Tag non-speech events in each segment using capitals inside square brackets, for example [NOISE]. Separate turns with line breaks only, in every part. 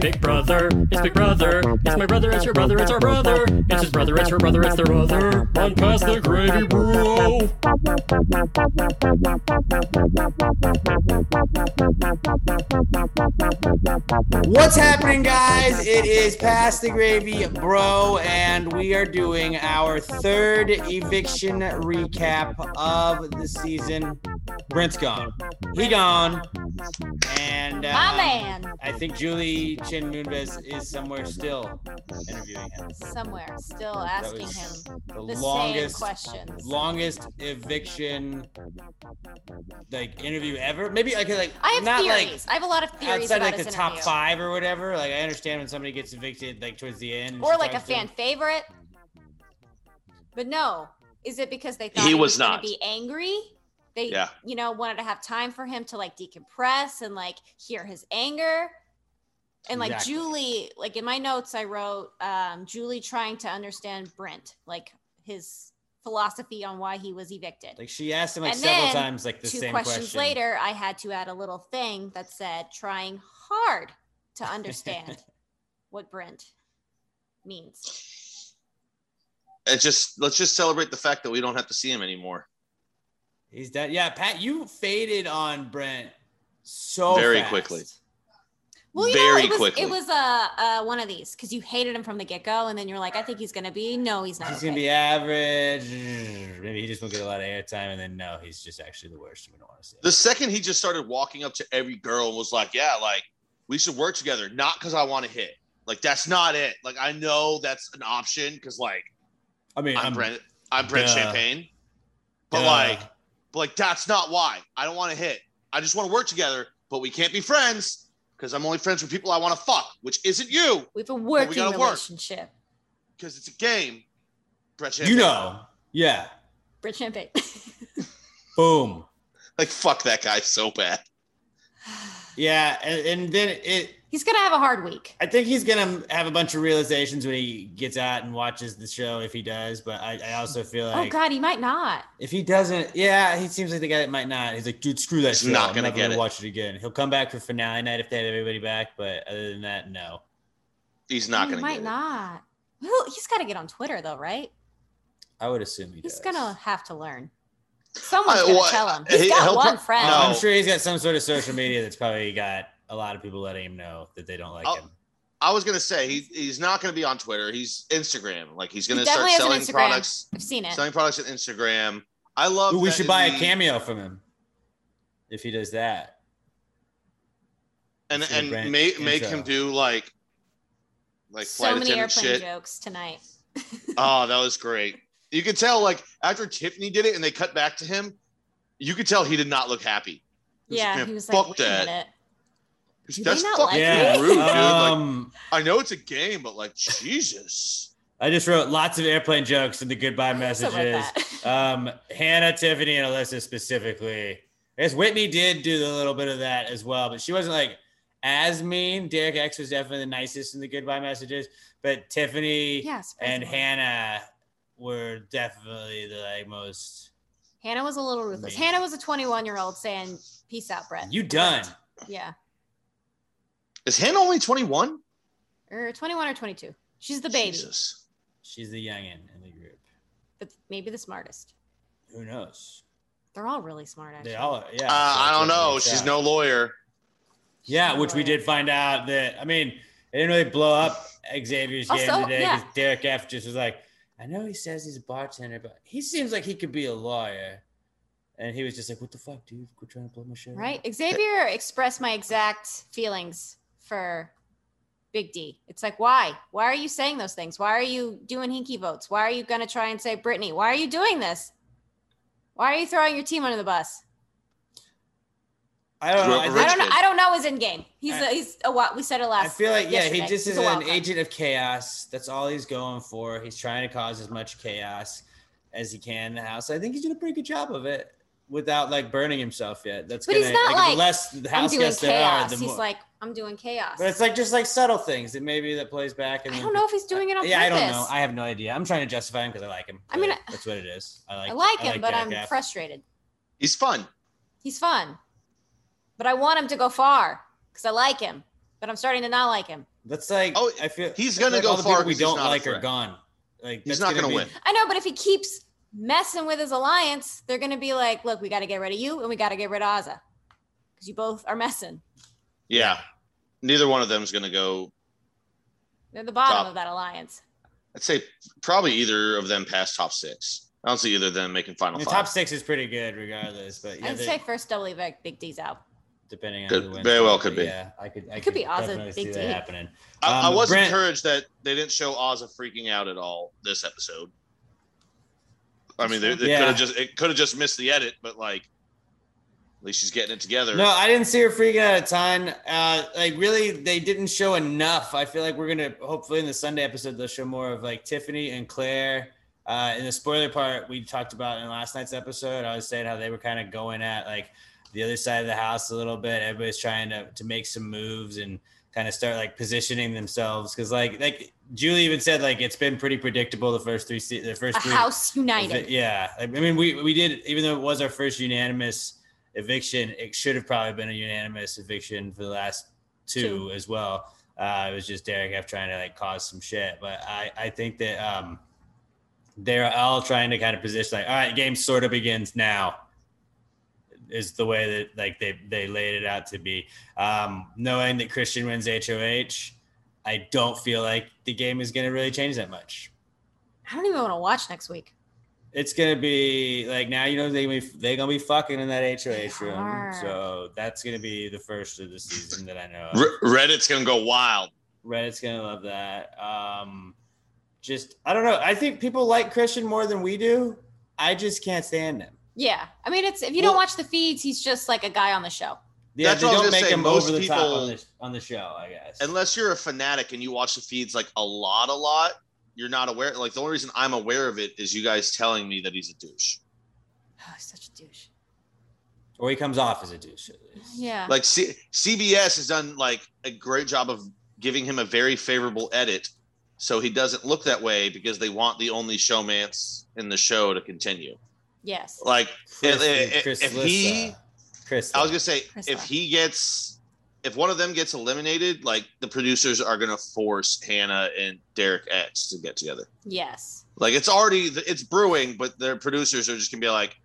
Big brother, it's big brother, it's my brother, it's your brother, it's our brother, it's his brother, it's her brother, it's their other. Run past the gravy, bro.
What's happening, guys? It is Past the Gravy, bro, and we are doing our third eviction recap of the season. Brent's gone. He gone. And uh,
My man,
I think Julie Chin Moonves is somewhere still interviewing him.
somewhere, still
That
asking
was
him
the,
the
longest
same questions.
longest eviction like interview ever. Maybe okay, like
I have
not
theories. I have a lot of
like
theories
outside
about
like the
his
top
interview.
five or whatever. Like I understand when somebody gets evicted like towards the end.
or like a
sometimes
fan
too.
favorite. But no, is it because they thought
He
he,
was
was, going to
not.
be angry? They,
Yeah.
you know, wanted to have time for him to like decompress and like hear his anger. And like
Exactly.
Julie, like in my notes, I wrote um, Julie trying to understand Brent, like his philosophy on why he was evicted.
Like she asked him like
And
several
then,
times like the
two
same
questions
question.
later, I had to add a little thing that said trying hard to understand
[LAUGHS]
what Brent means.
It's just let's just celebrate the fact that we don't have to see him anymore.
He's dead. Yeah, Pat, you faded on Brent so
Very
fast.
quickly.
Well, you
Very
know, it was,
quickly.
It was uh, uh, one of these because you hated him from the get go, and then you're like, I think he's gonna be. No, he's not.
He's gonna
okay.
be average. Maybe he just won't get a lot of airtime, and then no, he's just actually the worst. We don't want to see. him.
The second he just started walking up to every girl and was like, "Yeah, like we should work together, not because I want to hit. Like that's not it. Like I know that's an option because like
I mean,
I'm,
I'm-
Brent, I'm Brent
Duh.
Champagne, but
Duh.
like, but like that's not why I don't want to hit. I just want to work together, but we can't be friends because I'm only friends with people I want to fuck, which isn't you
We have a working
gotta work.
relationship.
because it's a game. Brent
you know, yeah.
Brent Champagne. [LAUGHS]
Boom.
like fuck that guy so bad.
Yeah, and, and then it.
he's gonna have a hard week.
I think he's gonna have a bunch of realizations when he gets out and watches the show, if he does. But I, I also feel like
oh God, he might not.
if he doesn't, yeah, he seems like the guy that might not. He's like, dude, screw that
He's
show.
not
I'm
gonna
never
get
gonna
it.
watch it again. He'll come back for finale night if they had everybody back, but other than that, no.
He's not
he
gonna
might
get it.
not. Well, he's got to get on Twitter though, right?
I would assume he
He's
does.
gonna have to learn. Someone's
I-
gonna
well,
tell him.
he-
He's got
he'll
one
pro-
friend.
No.
I'm sure he's got some sort of social media that's probably got a lot of people letting him know that they don't like
I'll-
him.
I was gonna say he, he's not gonna be on Twitter. He's Instagram. Like he's gonna
He
start
definitely has an
selling
Instagram.
products,
I've seen it.
selling products on Instagram. I love.
Ooh, we
oh, that
should
in
buy a
the-
cameo from him if he does that.
and
for the
and
brand
make make
intro.
him do like like flight
so many
attendant
airplane
shit.
jokes tonight.
Oh, that was great. You could tell like after Tiffany did it and they cut back to him, you could tell he did not look happy. He was like,
Yeah,
"Man,
he was like,
fuck
wait a
that.
minute.
He's-
Do they
That's
not
fucking
like
yeah.
me?
rude, dude. Like,
Um,
I know it's a game, but like Jesus.
I just wrote lots of airplane jokes in the goodbye
Something like
messages.
that.
Um, Hannah, Tiffany, and Alyssa specifically. I guess Whitney did do a little bit of that as well, but she wasn't like as mean. Derek X was definitely the nicest in the goodbye messages, but Tiffany
yeah,
and
surprisingly.
Hannah were definitely the like, most.
Hannah was a little ruthless.
Man.
Hannah was a 21 year old saying, "Peace out, Brett."
You done?
Yeah,
Is Hannah only 21?
or 21 or 22. She's the baby,
Jesus.
She's the youngin in the group.
but maybe the smartest.
Who knows?
They're all really smart, actually.
They all are. Yeah.
Uh, I don't know.
Yeah.
She's no lawyer.
Yeah, which we did find out that I mean, it didn't really blow up Xavier's game
Also,
today
Oh, yeah.
because Derek F just was like, I know he says he's a bartender, but he seems like he could be a lawyer. And he was just like, What the fuck, dude? Quit trying to blow my shit. up."
Right? Xavier expressed my exact feelings for Big D. It's like, why? Why are you saying those things? Why are you doing hinky votes? Why are you going to try and say Brittany? Why are you doing this? Why are you throwing your team under the bus?
I don't know. I,
Rich
I
think-
don't know.
kid.
I don't know his in game. He's
I-
a, he's a what we said it last.
I feel like yeah, he
yesterday.
just
He's
is
a wild
an
card.
agent of chaos. That's all he's going for. He's trying to cause as much chaos as he can in the house. I think he's doing a pretty good job of it without like burning himself yet. That's
But
gonna,
he's not
the
like,
less the
I'm
house
doing
guests there are,
chaos.
the
he's
more.
like I'm doing chaos.
But it's like just like subtle things that maybe that plays back. And
I
then-
don't know if he's doing it on
yeah, I
purpose.
don't know. I have no idea. I'm trying to justify him because I like him.
I mean,
But that's what it is. I like.
I like him, but
Jack
I'm
F.
frustrated.
He's fun.
He's fun. but I want him to go far because I like him, but I'm starting to not like him.
That's like
Oh,
I feel
he's
I feel
gonna
like
go
all the
far
people We
'cause he's
don't
not a
like are
threat.
gone. Like
He's
that's
not gonna
be-
win.
I know, but if he keeps messing with his alliance, they're going to be like, look, we got to get rid of you and we got to get rid of Aza because you both are messing.
Yeah. Neither one of them is going to go.
They're the bottom
Top.
of that alliance.
I'd say probably either of them past top six. I don't see either of them making
I
final
mean,
five.
top six is pretty good regardless, but yeah,
I'd
they-
say first double evict, Big D's out.
depending on
Could-
who wins,
very well could be.
Yeah, I could. I
It could be Ozzy,
definitely see
Big
that
D.
happening.
I,
Um,
I was
Brent-
encouraged that they didn't show Ozza freaking out at all this episode. I mean, they, they
Yeah.
could have just it could have just missed the edit, but like, at least she's getting it together.
No, I didn't see her freaking out a ton. Uh, like really, they didn't show enough. I feel like we're gonna hopefully in the Sunday episode they'll show more of like Tiffany and Claire. Uh, in the spoiler part, we talked about in last night's episode. I was saying how they were kind of going at like the other side of the house a little bit. Everybody's trying to to make some moves and kind of start like positioning themselves because like like Julie even said like it's been pretty predictable the first three se- the first
A
three
house
Evi-
united.
Yeah, I I mean, we we did even though it was our first unanimous eviction, it should have probably been a unanimous eviction for the last two,
Two.
as well. Uh, it was just Derek F trying to like cause some shit, but I I think that um they're all trying to kind of position like, all right, game sort of begins now. Is the way that like they they laid it out to be. Um, knowing that Christian wins HOH, I don't feel like the game is going to really change that much
I don't even want to watch next week.
it's gonna be like now you know they gonna be, they gonna be fucking in that HOH
They
room.
are.
So that's gonna be the first of the season that I know. of.
Re- Reddit's gonna go wild.
Reddit's gonna love that. Um, just I don't know. I think people like Christian more than we do. I just can't stand him.
Yeah. I mean, it's if you don't
Well-
watch the feeds, he's just like a guy on the show.
Yeah,
That's
they
what I was
don't
gonna
make
say.
him
Most
over the top
people-
on the, on the show. I guess.
Unless you're a fanatic and you watch the feeds like a lot, a lot, you're not aware. Like the only reason I'm aware of it is you guys telling me that he's a douche.
Oh, [SIGHS] he's such a douche.
or he comes off as a douche. at least.
Yeah.
Like C- CBS has done like a great job of giving him a very favorable edit, so he doesn't look that way because they want the only showmance in the show to continue.
yes.
Like
Chris,
If- if-
Chris
if he-
Lissa. Chris.
I was gonna say,
Chris
if
left.
he gets, if one of them gets eliminated, like the producers are gonna force Hannah and Derek X to get together.
Yes.
Like it's already it's brewing, but their producers are just gonna be like,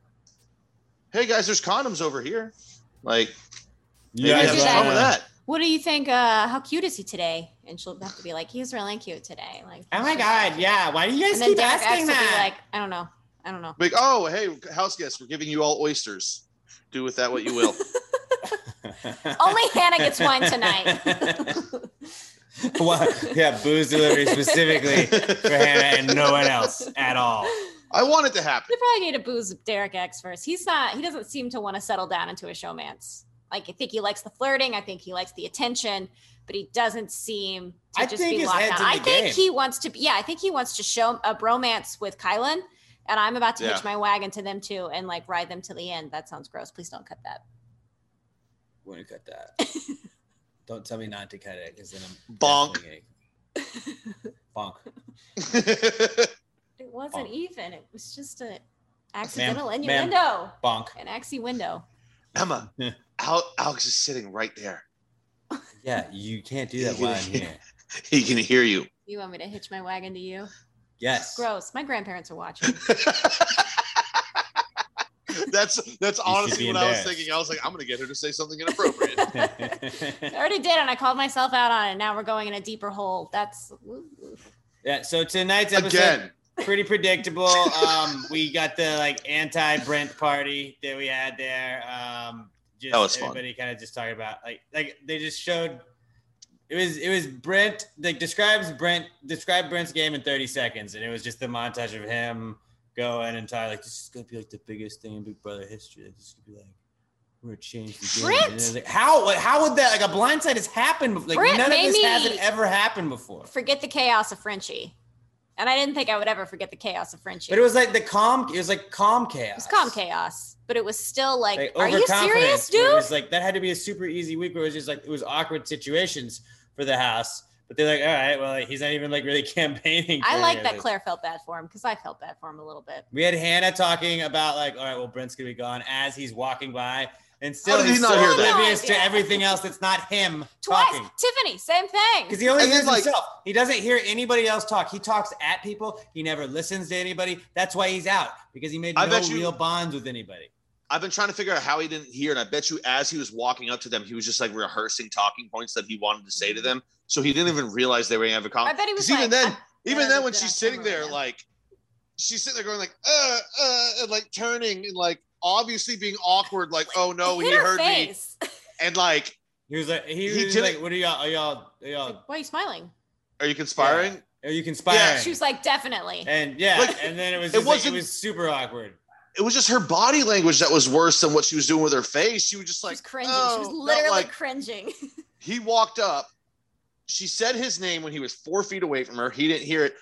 "Hey guys, there's condoms over here." Like, maybe
Yeah,
I
have
do
fun
that.
with that.
What do you think? Uh, how cute is he today? And she'll have to be like, he's really cute today. Like,
Oh my god! Yeah, why do you guys
And then
keep
Derek X
asking
will be
that?
like, I don't know. I don't know.
Like, oh hey, house guests, we're giving you all oysters. Do with that what you
[LAUGHS]
will.
[LAUGHS] Only Hannah gets one tonight.
[LAUGHS]
[LAUGHS]
[LAUGHS]
Why- yeah, booze delivery specifically for Hannah and no one else at all.
I want it to happen. [LAUGHS]
They probably need to booze Derek X first. He's not. He doesn't seem to want to settle down into a showman's. Like I think he likes the flirting. I think he likes the attention, but he doesn't seem to
I
just
think
be
his
locked
head's
down.
in
I
the
think
game.
he wants to. be Yeah, I think he wants to show a bromance with Kylan, and I'm about to
Yeah.
hitch my wagon to them too and like ride them to the end. That sounds gross. Please don't cut that. [LAUGHS]
We're gonna cut that. Don't tell me not to cut it, because then I'm
Bonk.
definitely gonna- Bonk.
It wasn't
Oh.
even. It was just a accidental
ma'am.
innuendo.
Bonk.
An axi window.
Emma,
Yeah. [LAUGHS]
Al- Alex is sitting right there.
Yeah, you can't do that while I'm here.
He can hear you. [LAUGHS]
You want me to hitch my wagon to you?
Yes.
Gross. My grandparents
[LAUGHS]
are watching. [LAUGHS]
that's that's honestly
be
what I was
embarrassed.
thinking. I was like, I'm gonna get her to say
[LAUGHS]
something inappropriate.
I already did, and I called myself out on it. Now we're going in a deeper hole. That's
[LAUGHS] yeah. So tonight's episode
Again,
pretty predictable. Um, we got the like anti Brent party that we had there. Um, just
That was fun.
everybody kind of just talking about like like they just showed. It was it was Brent like describes Brent describe Brent's game in thirty seconds, and it was just the montage of him going and talking like this is gonna be like the biggest thing in Big Brother history. Like, This is gonna be like we're gonna change the game. And it was like, how how would that like a blindside has happened? bef- Like
Brent
none of
made
this
me-
hasn't ever happened before.
forget the chaos of Frenchie, and I didn't think I would ever forget the chaos of Frenchie.
But it was like the calm. It was like calm
It
chaos.
was calm chaos, but it was still like,
like
are you
overconfidence,
serious,
where
dude?
It was like that had to be a super easy week where it was just like it was awkward situations for the house. But they're like, all right, well, like, he's not even like really [LAUGHS] campaigning. for
I
any
like
of
that
this."
Claire felt bad for him because I felt bad for him a little bit.
We had Hannah talking about like, all right, well, Brent's gonna be gone as he's walking by. and still
did he
he's
not
so
hear that?
oblivious to
Yeah.
everything else that's not him
Twice.
talking.
Tiffany, same thing.
Because he only
And then,
hears
like-
himself. He doesn't hear anybody else talk. He talks at people. He never listens to anybody. That's why he's out because he made
I
no
bet you-
real bonds with anybody.
I've been trying to figure out how he didn't hear, and I bet you as he was walking up to them, he was just like rehearsing talking points that he wanted to say to them. So he didn't even realize they were having a
I
conversation.
bet he was like,
Because even then, even
gonna
then,
look
when
good on
she's sitting
camera right
there,
now.
like she's sitting there going like, uh, uh, and like turning and like obviously being awkward, like, oh no, he
hit her
heard me,
face.
and like,
He was like, he,
He
was
didn't-
like, what are y'all? Are y'all? Are
uh,
y'all?
[LAUGHS] Why are you smiling?
are you conspiring?
Are you conspiring?
Yeah.
She was like, definitely.
and yeah,
Like,
and then it was.
it
Just like-
wasn't-
it was super awkward.
It was just her body language that was worse than what she was doing with her face. She was just
she
like
was cringing. she was
"Oh," not
literally
like-
cringing. [LAUGHS]
he walked up. She said his name when he was four feet away from her. He didn't hear it.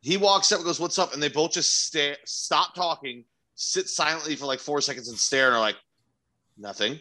He walks up and goes, "What's up?" And they both just stare, stop talking, sit silently for like four seconds and stare and are like, "Nothing."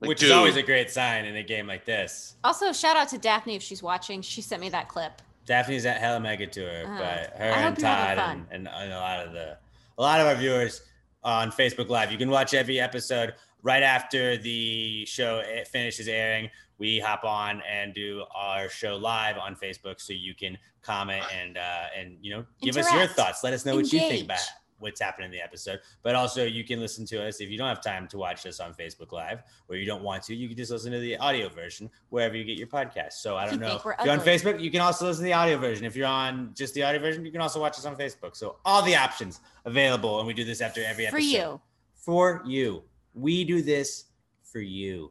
Like,
which
dude,
is always a great sign in a game like this.
also, shout out to Daphne if she's watching. She sent me that clip.
Daphne's at hella mega tour,
Uh-huh.
but her
I hope
and
you're having
Todd and, and, and a lot of the a lot of our viewers on Facebook Live, you can watch every episode right after the show it finishes airing. We hop on and do our show live on Facebook, so you can comment and uh, and you know give us your
Interact.
thoughts. Let us know what you think
Engage.
about what's happening in the episode. But also, you can listen to us if you don't have time to watch us on Facebook Live, or you don't want to. You can just listen to the audio version wherever you get your podcast. So I
You
don't know.
think we're
If you're on
ugly.
Facebook, you can also listen to the audio version. If you're on just the audio version, you can also watch us on Facebook. So all the options available, and we do this after every
For
episode.
you.
For you. We do this for you.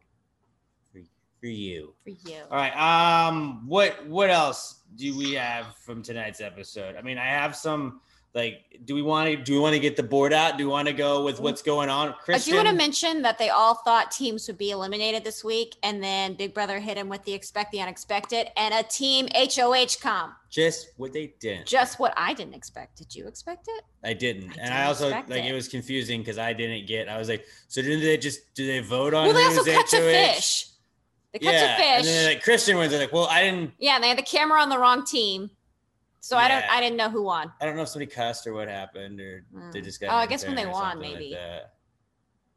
For, for you.
For you.
All right. Um. What What else do we have from tonight's episode? I mean, I have some. Like, do we want to? Do we want to get the board out? Do we want to go with what's going on, Christian?
Mm-hmm. I do want to mention that they all thought teams would be eliminated this week, and then Big Brother hit him with the expect the unexpected and a team HOH com.
just what they did.
Just what I didn't expect. Did you expect it?
I didn't,
I
and
didn't
I also
expect
like it.
it.
was confusing because I didn't get. I was like, so do they just do they vote on?
Well, they
who's
also catch a
HOH?
fish. They catch
Yeah,
a
and
fish.
then like Christian wins. They're like, well, I didn't.
yeah, and they had the camera on the wrong team, so I don't.
Yeah.
I didn't know who won.
I don't know if somebody cussed or what happened, or they
Mm.
just got.
Oh, I
in a
guess when they
turn or
won,
something like
maybe.
that.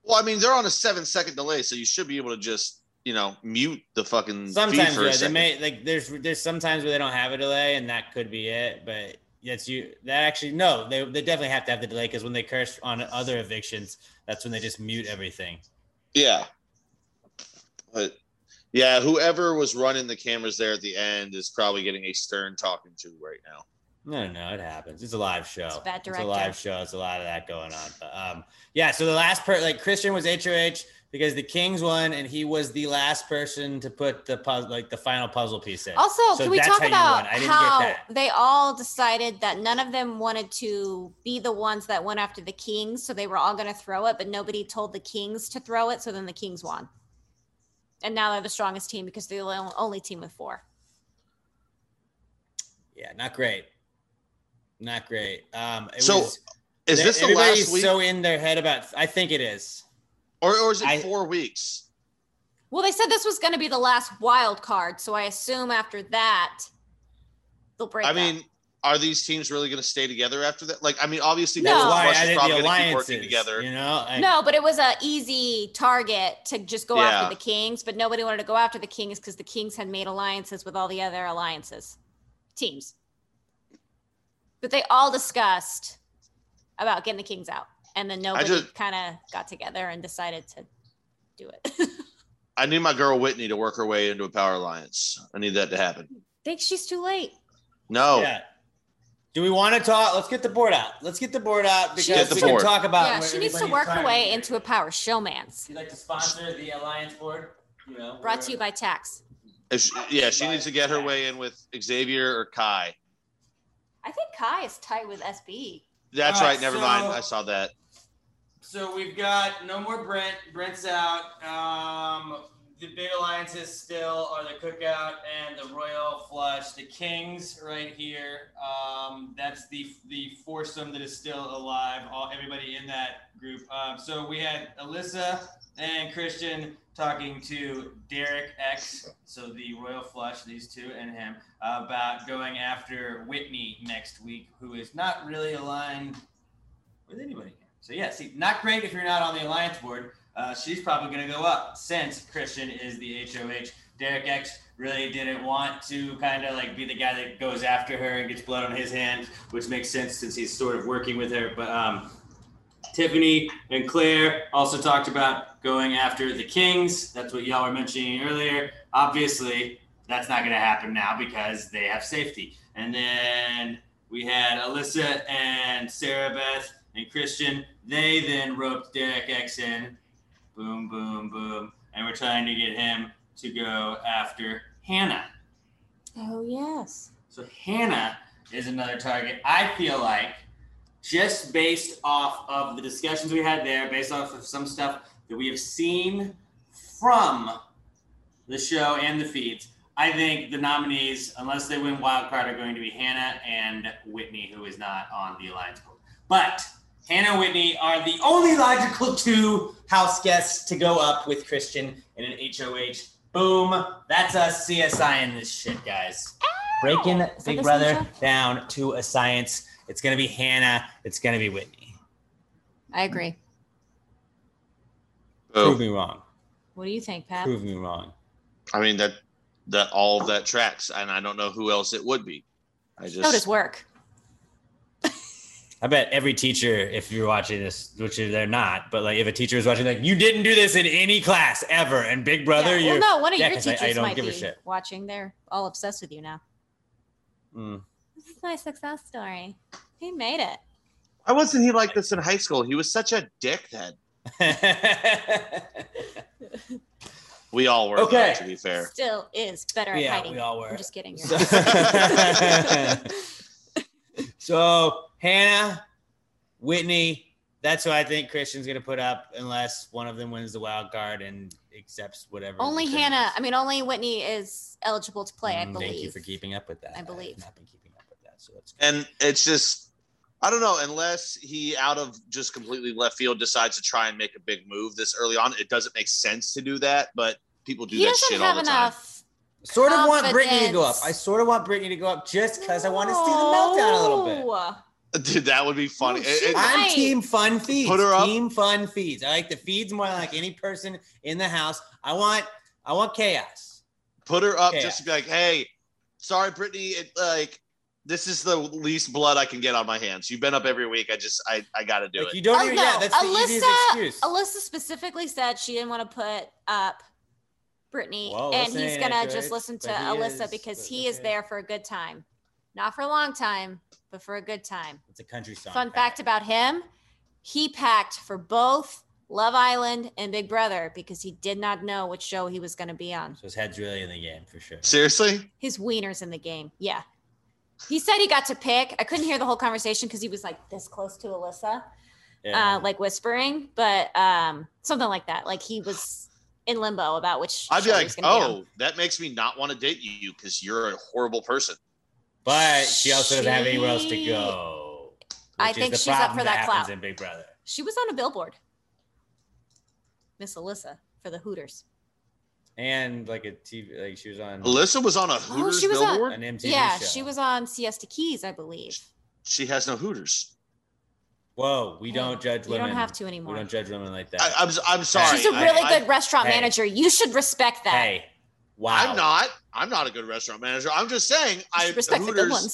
well, I mean, they're on a seven-second delay, so you should be able to just, you know, mute the fucking feed
Sometimes
Hmm. for a
yeah, they
second.
may like there's there's sometimes where they don't have a delay, and that could be it. But that's you. That actually no, they they definitely have to have the delay because when they curse on other evictions, that's when they just mute everything.
Yeah. But yeah, whoever was running the cameras there at the end is probably getting a stern talking to right now.
No, no, no, it happens. It's a live show. It's
a bad
It's a
director.
live show. It's a lot of that going on. But um, yeah. So the last part, like Christian was HOH because the Kings won, and he was the last person to put the puzzle, like the final puzzle piece in.
Also,
So
can we
that's
talk
how you
about
won. I didn't get
how
that.
they all decided that none of them wanted to be the ones that went after the kings, so they were all going to throw it, but nobody told the kings to throw it, so then the kings won. And now they're the strongest team because they're the on- only team with four.
yeah, not great. Not great. Um, it
So,
was,
Is this the
everybody's
last week,
so in their head about? I think it is.
or, or is it
I-
four weeks?
Well, they said this was going to be the last wild card, so I assume after that they'll break.
I
up.
mean, are these teams really going to stay together after that? Like, I mean, obviously,
No.
both of
Why
us
I
is
did
probably
the
going to keep
alliances
working together.
You know, I-
no, but it was a easy target to just go
Yeah.
after the kings, but nobody wanted to go after the kings because the kings had made alliances with all the other alliances teams. But they all discussed about getting the kings out, and then nobody
just-
kind of got together and decided to do it. [LAUGHS]
I need my girl Whitney to work her way into a power alliance. I need that to happen.
Think she's too late.
No,
Yeah. Do we want to talk? Let's get the board out. Let's get the board out
She
because
needs
we
to-
can talk about.
yeah,
where
she needs to
everybody's
work her
trying
way
be.
into a power showman's.
You'd like to sponsor the Alliance Board? You know,
Brought to you by Tax.
If she, yeah, she needs to get her way in with Xavier or Kai.
I think Kai is tight with SB.
That's
All right,
right. Never
so-
mind. I saw that.
So we've got no more Brent. Brent's out. Um, the big alliances still are the Cookout and the Royal Flush. The Kings right here. Um, that's the the foursome that is still alive. All everybody in that group. Um, so we had Alyssa and Christian talking to Derek X. So the Royal Flush, these two and him about going after Whitney next week, who is not really aligned with anybody. So yeah, see, not great if you're not on the alliance board. Uh, she's probably going to go up since Christian is the HOH. Derek X really didn't want to kind of like be the guy that goes after her and gets blood on his hands, which makes sense since he's sort of working with her. But um, Tiffany and Claire also talked about going after the Kings. That's what y'all were mentioning earlier. Obviously, that's not going to happen now because they have safety. And then we had Alyssa and Sarah Beth and Christian. They then roped Derek X in. Boom, boom, boom. And we're trying to get him to go after Hannah.
Oh yes.
So Hannah is another target. I feel like just based off of the discussions we had there, based off of some stuff that we have seen from the show and the feeds, I think the nominees, unless they win wild card, are going to be Hannah and Whitney, who is not on the alliance board. But Hannah and Whitney are the only logical two house guests to go up with Christian in an HOH. Boom. That's us CSI in this shit, guys. Breaking
Is
Big
this
Brother
Nisha?
down to a science. It's going to be Hannah. It's going to be Whitney.
I agree.
Prove
Oh,
me wrong.
What do you think, Pat?
Prove me wrong.
I mean that that all of that tracks, and I don't know who else it would be. I
How does
just
work?
I bet every teacher, if you're watching this, which they're not, but like if a teacher is watching, like you didn't do this in any class ever, and Big Brother,
yeah.
you
Well, no, one of
yeah,
your
'cause I- I
teachers
don't
might
give a
be
shit.
watching. They're all obsessed with you now.
Mm. [LAUGHS]
This is my success story. He made it.
why wasn't he like this in high school? He was such a dick then. We all were. though,
Okay.
to be fair.
Still is better at
yeah,
hiding.
we all were.
I'm just
[LAUGHS]
kidding.
So,
You're not.
So, Hannah, Whitney, that's who I think Christian's gonna put up unless one of them wins the wild card and accepts whatever.
only
the-
Hannah. I mean, only Whitney is eligible to play. I
Mm,
believe.
Thank you for keeping up with that.
I believe.
have not been keeping up with that, so that's good.
And it's just, I don't know, unless he out of just completely left field decides to try and make a big move this early on, it doesn't make sense to do that, but people do
he
that
doesn't
shit
have
all the time.
enough.
Sort of want Brittany to go up.
confidence.
I sort of want Brittany to go up just because I want to see the meltdown a little bit.
[LAUGHS] Dude, that would be funny.
No,
It- it-
she-
I'm
Right.
team fun feeds.
Put her up.
Team fun feeds. I like the feeds more than like any person in the house. I want I want chaos.
put her up
Yeah.
just to be like, hey, sorry, Brittany, it, like, this is the least blood I can get on my hands. You've been up every week. I just, I, I got to do
like
it.
you don't
Oh,
even
no.
yeah, that's the easiest
Alyssa-
excuse.
Alyssa specifically said she didn't want to put up Brittany,
Whoa,
and
Alyssa
he's
ain't
gonna
that
just
good,
listen to
but he
Alyssa
is,
because
but
he is
okay.
there for a good time, not for a long time, but for a good time.
it's a country song.
Fun
Pat.
fact about him: he packed for both Love Island and Big Brother because he did not know what show he was gonna be on.
So his head's really in the game for
Uh,
sure.
Seriously?
His wiener's in the game. Yeah. He said he got to pick. I couldn't hear the whole conversation because he was like this close to Alyssa,
Yeah.
uh, like whispering, but um, something like that. Like he was in limbo about which.
I'd be
show he
like,
was gonna on.
oh, that makes me not want to date you because you're a horrible person.
but she also doesn't have anywhere else to
she-
go.
I
which is
think
the
she's up
problem
for that
happens
clout.
in Big Brother.
She was on a billboard. Miss Alyssa for the Hooters.
And like a TV like she was on
Alyssa was on a Hooters
she was on-
billboard.
an MTV
yeah,
show.
she was on Siesta Keys, I believe.
She has no Hooters.
Whoa, we
Hey,
don't judge
You
women.
don't have to
We
anymore.
don't judge women like that.
I, I'm, I'm sorry.
She's a really
I,
good restaurant
Hey.
manager. You should respect that.
hey,
I,
wow.
am not. I'm not a good restaurant manager. I'm just saying.
You
I
should respect the good
Hooters.
ones.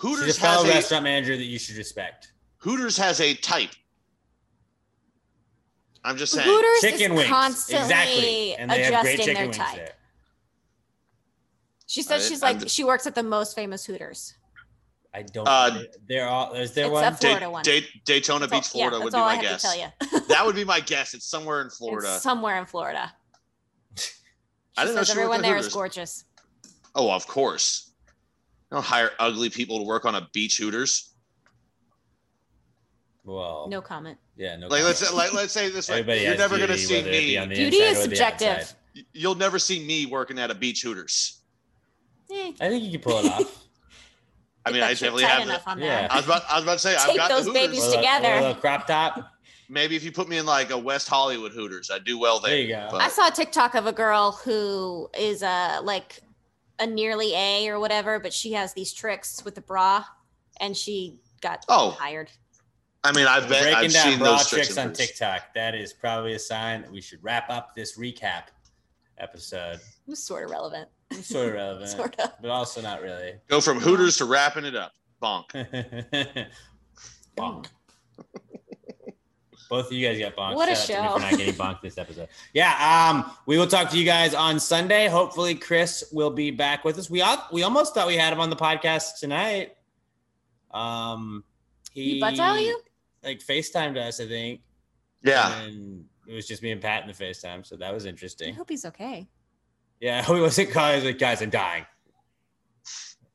She's
Hooters
a
has
fellow
a
restaurant manager that you should respect.
Hooters has a type. I'm just saying.
Hooters
Chicken
is
wings,
constantly
exactly, and they have
adjusting
great chicken
their
wings
type.
there.
She said
I-
she's
I'm
like
just-
she works at the most famous Hooters.
I don't.
Uh,
there are. Is there
it's
one?
a
Da-
Florida one.
Da- Daytona
That's all-
Beach, Florida
yeah,
would
that's
be
all
my
I have
guess.
to tell you.
that would be my guess. It's somewhere in Florida.
It's somewhere in Florida.
[LAUGHS]
She
I didn't know
says
she
everyone
worked
there
at
is
Hooters.
gorgeous.
Oh, of course. You don't hire ugly people to work on a beach Hooters. Oh.
well,
No comment.
Yeah, no.
Like let's
comment.
like let's say it this way.
Everybody
You're
has
never
beauty,
gonna see
whether it be on
me.
the
Beauty
inside
is
or the
subjective.
outside.
You'll never see me working at a beach Hooters.
Eh,
I think you can pull it off.
I
get
mean,
that
I
shit
definitely
tight
have. The,
enough on
Yeah.
that.
I was about. I was about to say. I've
Take
got
those
the Hooters.
babies
Or a- or
together.
a little crop top.
Maybe if you put me in like a West Hollywood Hooters, I do well there.
There you go.
But-
I saw a TikTok of a girl who is a like a nearly A or whatever, but she has these tricks with the bra, and she got
Oh.
hired.
I mean, I've been,
Breaking
I've
down
seen
broad
those tricks,
tricks on
on TikTok.
TikTok. That is probably a sign that we should wrap up this recap episode.
It was sort of relevant. [LAUGHS]
Sort of relevant,
Sort of.
but also not really.
Go from Hooters to wrapping it up.
[LAUGHS]
Bonk.
bonk. [LAUGHS] Both of you guys got bonked.
What a
Shout out to me
show.
For not getting bonked this episode. Yeah. Um. We will talk to you guys on Sunday. Hopefully, Chris will be back with us. We all, we almost thought we had him on the podcast tonight. Um. He,
He butts out you?
Like FaceTimed us, I think.
Yeah.
And it was just me and Pat in the FaceTime, so that was
I
interesting.
hope he's okay.
Yeah. [LAUGHS] He wasn't guys like guys. I'm dying.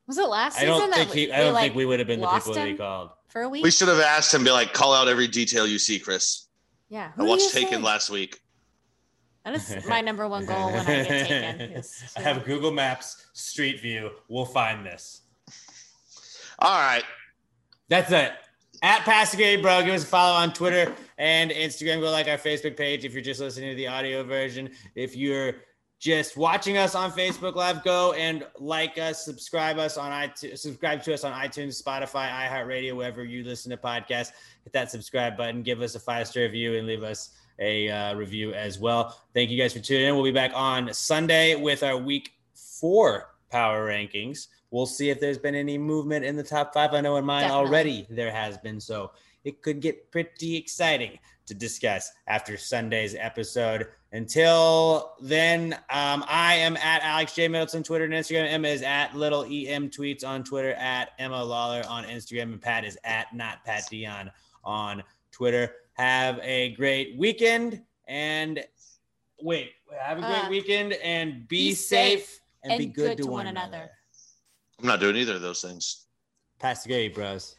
Was it last
I
season
don't
that
think he. I
they,
don't
like,
think we would have been the
lost
people that he
him?
called.
for a week?
We should have asked him, be like, call out every detail you see, Chris.
yeah.
I
Who do you
watched Taken
think?
last week.
[LAUGHS]
That is my number one goal when I get taken. is
I
to-
have Google Maps Street View. We'll find this.
All right.
That's it. At Pass the Grade, bro. Give us a follow on Twitter and Instagram. Go like our Facebook page if you're just listening to the audio version. If you're just watching us on Facebook Live, go and like us, subscribe us on iTunes, subscribe to us on iTunes, Spotify, iHeartRadio, wherever you listen to podcasts. Hit that subscribe button. Give us a five star review and leave us a uh, review as well. Thank you guys for tuning in. We'll be back on Sunday with our week four power rankings. We'll see if there's been any movement in the top five. I know in mine
Definitely.
already there has been, so it could get pretty exciting to discuss after Sunday's episode. Until then, um, I am at Alex J Middleton Twitter and Instagram. Emma is at Little Em Tweets on Twitter, at Emma Lawler on Instagram, and Pat is at Not Pat Dion on Twitter. Have a great weekend and wait, have a great
Uh,
weekend and be,
be
safe,
safe
and, be good, to, one, another.
another.
I'm not doing either of those things.
Pass the gate, bros.